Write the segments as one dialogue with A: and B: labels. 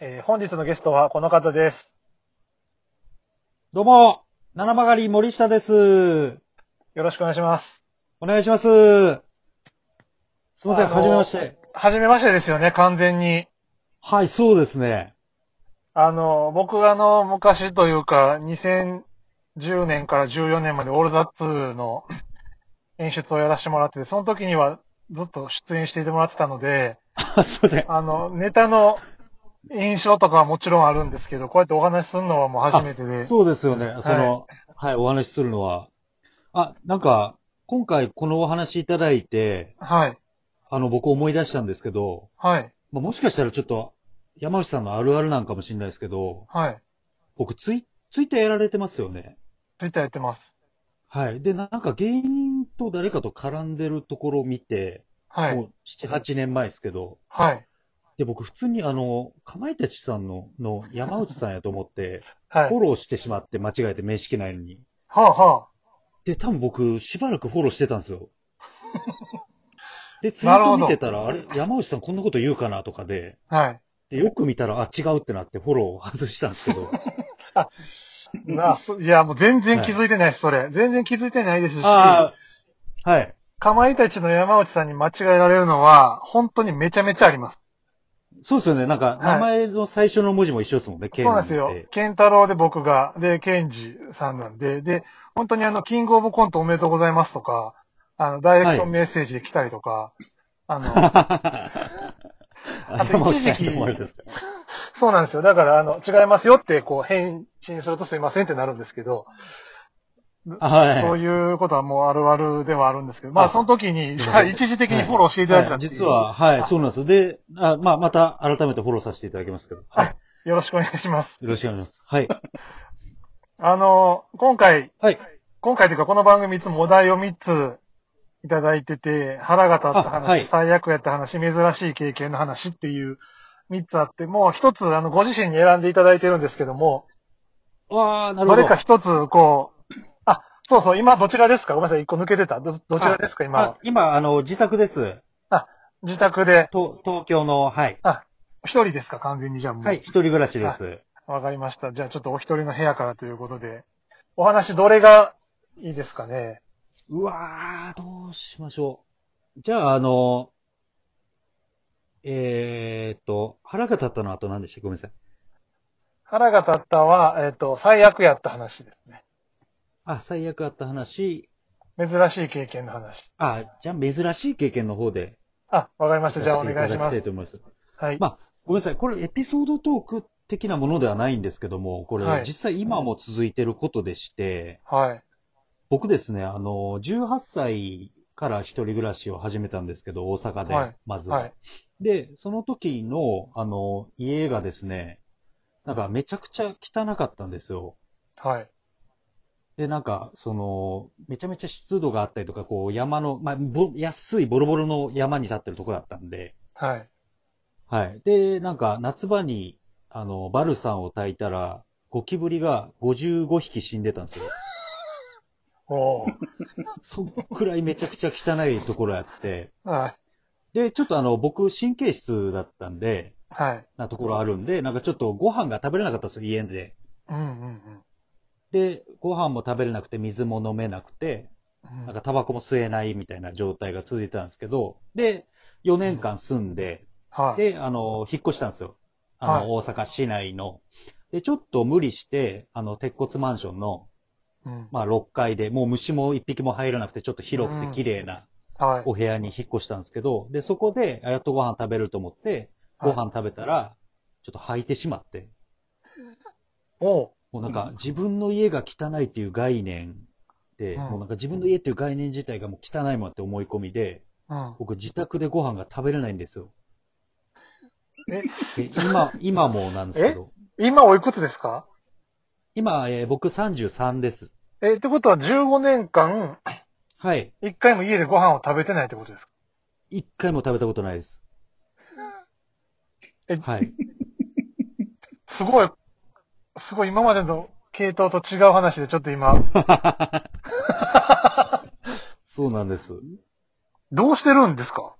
A: えー本日のゲストはこの方です。
B: どうも、七曲り森下です。
A: よろしくお願いします。
B: お願いします。すいません、
A: あの
B: はじめまして。
A: はじめましてですよね、完全に。
B: はい、そうですね。
A: あの、僕あの、昔というか、2010年から14年までオールザッツの演出をやらせてもらってて、その時にはずっと出演していてもらってたので、
B: あすいません。
A: あの、ネタの印象とかはもちろんあるんですけど、こうやってお話しするのはもう初めてで。
B: そうですよね。その、はい、お話しするのは。あ、なんか、今回このお話いただいて、
A: はい。
B: あの、僕思い出したんですけど、
A: はい。
B: まあ、もしかしたらちょっと、山内さんのあるあるなんかもしれないですけど、
A: はい。
B: 僕ツイ、ツイッターやられてますよね。
A: ツイッターやってます。
B: はい。で、なんか芸人と誰かと絡んでるところを見て、
A: は
B: も
A: い。
B: う7、8年前ですけど、
A: はい。
B: で、僕普通にあの、かまいたちさんの、の山内さんやと思って、
A: はい
B: フォ。ローしてしまって間違えて面識ないのに。
A: はあは
B: で、多分僕しばらくフォローしてたんですよ。で、ツイ
A: なる
B: ー
A: ほ
B: ト
A: ど
B: 見てたら、あれ、山内さんこんなこと言うかなとかで、
A: あ。はい。
B: で、よく見たら、あ、違うってなってフォローを外したんです けど。
A: なそいや、もう全然気づいてないです、それ。全然気づいてないですし、
B: ああ、はい。
A: かまいたちの山内さんに間違えられるのは、本当にめちゃめちゃあります。
B: そうですよね。なん
A: は
B: か、
A: い
B: 名前の最初の文字も一緒ですもんね、
A: そ
B: K
A: うなんですよ。ケンタロウで僕が、で、ケンジさんなんで、で、本当にあの、キングオブコントおめでとうございますとか、あの、ダイレクトメッセージで来たりとか、あの、
B: あ
A: と一時期
B: 山内さんに思われてる
A: そうなんですよ。だから、あの、違いますよって、こう、返信するとすいませんってなるんですけど、
B: あはい。
A: そういうことはもうあるあるではあるんですけど、まあ、
B: あ
A: その時に、
B: す
A: じ
B: い
A: ゃ
B: ま
A: あ、
B: せん
A: 一時的にフォローしていただいたっていう、
B: 実は、はい
A: あ、
B: そうなんですよ。で、あまあ、また改めてフォローさせていただきますけど。はい。
A: はよろしくお願いします。
B: よろしくお願いします。はい。
A: あの、今回、
B: はい。
A: 今回というかこの番組いつもお題を3ついただいてて、腹が立った話、
B: あはい
A: 最悪やった話、珍しい経験の話っていう3つあって、もう1つ、あの、ご自身に選んでいただいてるんですけども、
B: わあ、なる
A: ど
B: ほど。
A: れか1つ、こう、あ、そうそう、今どちらですかごめんなさい、1個抜けてた。ど、どちらですか今
B: あ
A: は。
B: 今、あの、自宅です。
A: 自宅で、
B: と東京の、はい。
A: 1人ですか完全にじゃあもう。
B: はい、一人暮らしです。
A: わかりました。じゃあちょっとお一人の部屋からということで、お話どれがいいですかね
B: うわあ、どうしましょう。じゃあ、あの、えーっと、腹が立ったのはあと何でしたごめんなさい。
A: 腹が立ったは、えっ、と、最悪やった話ですね。
B: あ、最悪あった話。
A: 珍しい経験の話。
B: あ、じゃあ、珍しい経験の方で。
A: あ、わかりました。じゃあお願いしま
B: させ
A: す
B: てただきた。と思います。
A: はい。
B: まごめんなさい、これエピソードトーク的なものではないんですけども、これ、
A: はい
B: 実際今も続いてることでして、
A: はい。
B: 僕ですね、あの、18歳から一人暮らしを始めたんですけど、大阪で、
A: はい
B: まずは、
A: はい。
B: で、その時の、あの、家がですね、なんかめちゃくちゃ汚かったんですよ。
A: はい。
B: で、なんか、その、めちゃめちゃ湿度があったりとか、こう、山の、まあ、ぼ安いボロボロの山に立ってるとこだったんで、
A: はい。
B: はい。で、なんか、夏場に、あの、バルさんを炊いたら、ゴキブリが55匹死んでたんですよ。
A: おー。
B: そんくらいめちゃくちゃ汚いところやって。
A: はい。
B: で、ちょっとあの、僕、神経質だったんで、
A: はい。
B: なところあるんで、なんかちょっとご飯が食べれなかったんですよ、家で。
A: うんうん
B: で、ご飯も食べれなくて、水も飲めなくて、
A: うん。
B: なんかタバコも吸えないみたいな状態が続いてたんですけど、で、4年間住んで、
A: はい。
B: で、あの、引っ越したんですよ。あの、大阪市内の。で、ちょっと無理して、あの、鉄骨マンションの、
A: うん
B: まあ、6階で、もう虫も一匹も入らなくて、ちょっと広くて綺麗な
A: はい。
B: お部屋に引っ越したんですけど、で、そこで、あやっとご飯食べると思って、ご飯食べたら、ちょっと吐いてしまって、
A: おー。
B: もうなんか、自分の家が汚いっていう概念で、
A: うん
B: もうなんか自分の家っていう概念自体がもう汚いもんって思い込みで、
A: うん。
B: 僕自宅でご飯が食べれないんですよ。
A: え、
B: で今、今もなんですけど。
A: 今おいくつですか
B: 今、えー僕33です。
A: え、ってことは15年間、
B: はい。
A: 一回も家でご飯を食べてないってことですか
B: 一回も食べたことないです。
A: え
B: はい。
A: すごい、すごい今までの系統と違う話でちょっと今、
B: そうなんです。
A: どうしてるんですか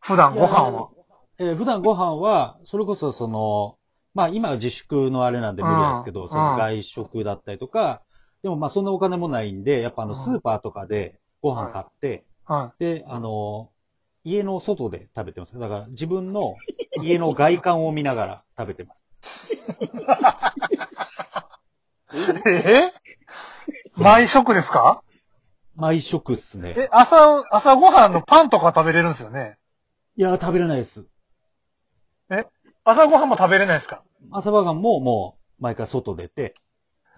A: 普段ご飯は。
B: えー普段ご飯は、それこそその、まあ今は自粛のあれなんで無理なんですけ
A: う
B: ど、
A: ん
B: その外食だったりとか、でもまあそんなお金もないんで、やっぱあの
A: うん
B: スーパーとかでご飯買って、
A: は
B: で、あの、家の外で食べてます。だから自分の家の外観を見ながら食べて ます。
A: い。え 毎食ですか
B: 毎食っすね。
A: え、朝、朝ごはんのパンとか食べれるんですよね。
B: いや、食べれないです。
A: 朝ごはんも食べれないですか
B: 朝晩ももう毎回外 出て、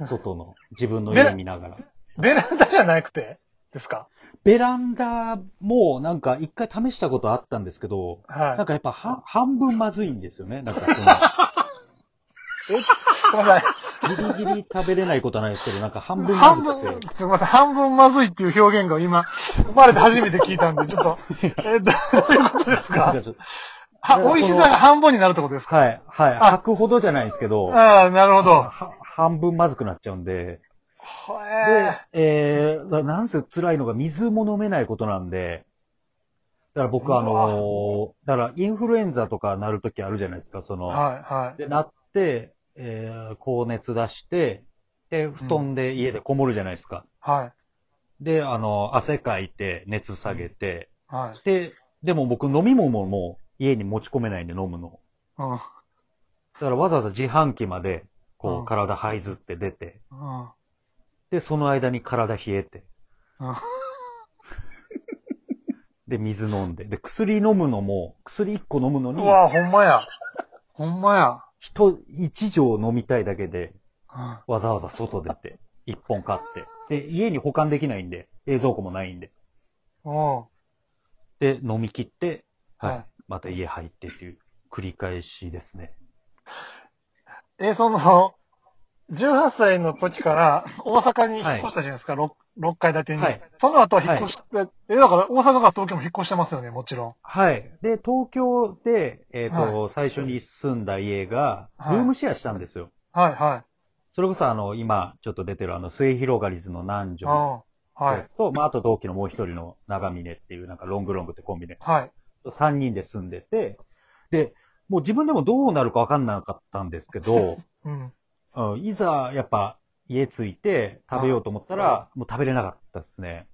B: 外の自分の家見ながら。
A: ベランダじゃなくてですか
B: ベランダもなんか一回試したことあったんですけど、なん
A: は
B: かやっぱは半分まずいんですよね。なんか
A: い。え、すいま
B: その、ギリギリ食べれないことはないですけど、なんか半
A: せん。
B: 分まず
A: 半
B: く
A: 分
B: て、、
A: すいません、半分まずいっていう表現が今、生まれて初めて聞いたんで、ちょっと、え、どどういうことです
B: な
A: か
B: んかちょっと
A: は、美味しさが半分になるってことですか
B: はい、はい、吐くほどじゃないですけど、
A: ああ、なるほど
B: は。半分まずくなっちゃうんで、
A: へ
B: で
A: え。、
B: えー、だなんせ辛いのが水も飲めないことなんで、だから僕あのーだからインフルエンザとかなるときあるじゃないですか、その、
A: はい、はい。
B: で、なって、えー高熱出して、で、布団で家でこもるじゃないですか。
A: はい、
B: で、あの、汗かいて、熱下げて、
A: はい。
B: で、でも僕飲み物ももう家に持ち込めないんで飲むの。
A: うん。うん。
B: だからわざわざ自販機まで、こ
A: うん
B: う、体這いずって出て、
A: うん
B: で、その間に体冷えて、
A: うん
B: で、水飲んで、で、薬飲むのも、薬1個飲むのに
A: う、わ、ほんまや。ほんまや。
B: 人、1錠飲みたいだけで、
A: うん
B: わざわざ外出て、1本買って。で、家に保管できないんで、冷蔵庫もないんで。
A: おう
B: で、飲み切って、はい。
A: はい
B: また家入ってっていう、繰り返しですね。
A: え、その、18歳の時から大阪に引っ越したじゃないですか、六 6, 階建てに、
B: はい
A: その後は引っ越して、え、だから大阪から東京も引っ越してますよね、もちろん。
B: はい。で、東京で、えっ、と、最初に住んだ家が、ル
A: はい
B: ームシェアしたんですよ。
A: はい、はい。
B: それこそ、あの、今、ちょっと出てる、あの、末広がりずの南
A: う
B: 條
A: ん
B: の
A: は
B: や
A: い。
B: つと、まあ、あと同期のもう一人の長峰っていう、なんか、ロングロングってコンビで、
A: はい。
B: 3人で住んでて、で、もう自分でもどうなるかわかんなかったんですけ ど、
A: うん。
B: うんいざ、やっぱ、家着いて食べようと思ったら、もう食べれなかったですね。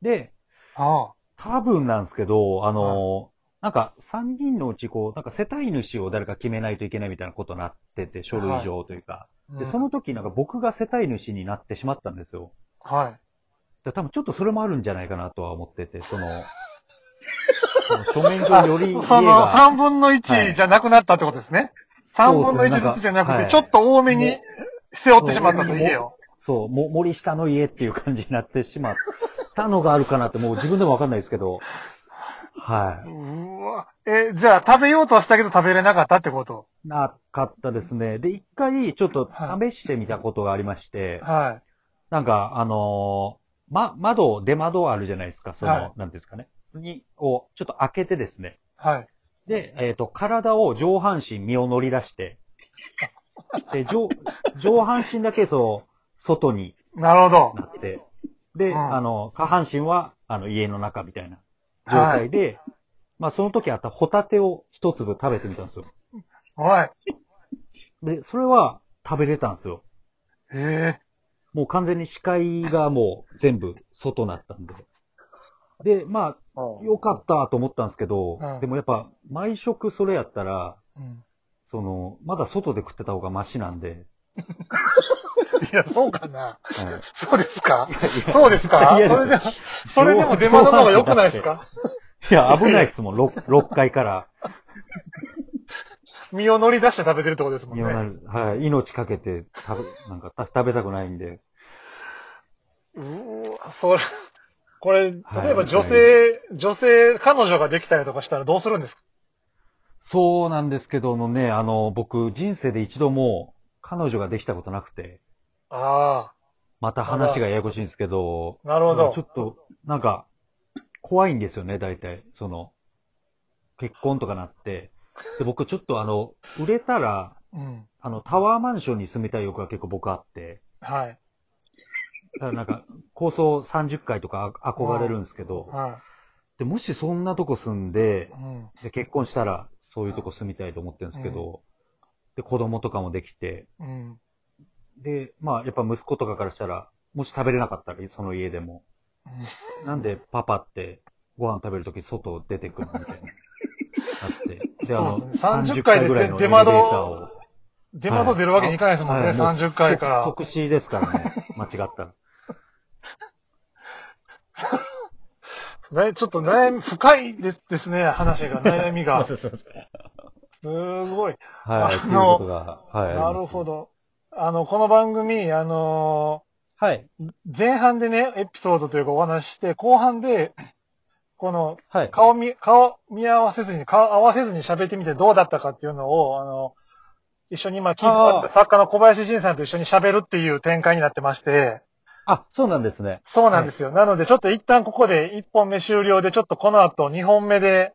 B: で、
A: あ
B: 多分なんですけど、あの、なんか、3人のうち、こう、なんか世帯主を誰か決めないといけないみたいなことになってて、書類上というか。
A: あ。
B: で、
A: うん
B: その時、なんか僕が世帯主になってしまったんですよ。
A: はい。
B: で多分ちょっとそれもあるんじゃないかなとは思ってて、その、その書面上により家が、
A: その3分の
B: は
A: 1
B: い
A: じゃなくなったってことですね。三3分の
B: そうですね
A: 1ずつじゃなくて、
B: なんか
A: ちょっと多めに背負ってしまったと
B: そう
A: 家を。
B: そう、も森下の家っていう感じになってしまったのがあるかなって、もう自分でもわかんないですけど。は
A: うわ。え、じゃあ食べようとはしたけど食べれなかったってこと
B: い。なかったですね。で、一回ちょっと試してみたことがありまして、
A: は
B: なんか、あのーま、窓、出窓あるじゃないですか、その、
A: はい
B: なんていうんですかね。に、を、ちょっと開けてですね。
A: い。はい。
B: で、えっ、と、体を上半身、身を乗り出して、で、上、上半身だけそう、外に
A: なるほど。
B: なって、で、
A: うん
B: あの、下半身は、あの、家の中みたいな状
A: はい
B: 態。で、まあ、その時あったホタテを一粒食べてみたんですよ。
A: おい。
B: で、それは食べれたんですよ。
A: ええ
B: もう完全に視界がもう全部外になったんで。で、まあ、よかったと思ったんですけど、
A: うん
B: でもやっぱ、毎食それやったら、
A: うん
B: その、まだ外で食ってた方がマシなんで。
A: いや、そうかな。
B: はい
A: そうですかそうですか
B: いや
A: それでも、それでも出窓の方が良くないですか
B: いや、危ないっ すもん、6, 6階から。
A: 身を乗り出して食べてるとこですもん
B: いやな
A: ね。
B: るはい、命かけて食べ、なんかた食べたくないんで。
A: うわ、それ、これ、例
B: はい
A: えば女性、女性、彼女ができたりとかしたらどうするんですか
B: そうなんですけどもね、あの、僕、人生で一度も、彼女ができたことなくて、
A: あ
B: また話がややこしいんですけど、
A: あ、なるほ
B: ち
A: ど。
B: ょっと、なんか、怖いんですよね、大体。その、結婚とかなって。で、僕、ちょっとあの、売れたら、
A: うん。
B: あの、タワーマンションに住みたい欲が結構僕あって、
A: はい。
B: だからなんか、高層30階とかあ憧れるんですけど、
A: は
B: で、もしそんなとこ住んで
A: い。、うん。
B: で、結婚したら、そういうとこ住みたいと思ってるんですけど、で、子供とかもできて、
A: うん。
B: で、まあ、やっぱ息子とかからしたら、もし食べれなかったら、その家でも。なんでパパってご飯食べるとき外出てくるのみた いな。あって。あの
A: そうですね30回で
B: ぐらいの
A: 出窓
B: エレベーターを
A: 出窓出るわけにいかないですもんね、
B: はいもう
A: 30回から。
B: 即死ですからね。間違った ら。
A: ねちょっと悩み、深いですですね、話が、悩み が。
B: そうそうそう
A: すごい。
B: はい、
A: あの
B: そういうことが。はい。
A: なるほ
B: ど。
A: ど。あの、この番組、あの
B: はい。
A: ー前半でね、エピソードというかお話しして、後半で、この、
B: はい。
A: 顔見、顔見合わせずに、顔合わせずに喋ってみてどうだったかっていうのを、あの、一緒に今聞いてもらっ
B: あー
A: た作家の小林仁さんと一緒に喋るっていう展開になってまして、
B: あ、そうなんですね。
A: そうなんですよ。なので、ちょっと一旦ここで1本目終了で、ちょっとこの後2本目で、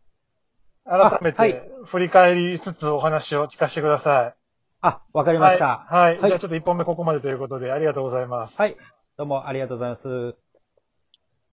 A: 改め
B: あは
A: て
B: い
A: 振り返りつつお話を聞かせてくださ
B: あ、わか
A: い。
B: りま
A: はい。
B: した。
A: はい。
B: は
A: じ
B: い
A: ゃあちょっと1本目ここまでということで、ありがとうございます。
B: はい。どうもありがとうございます。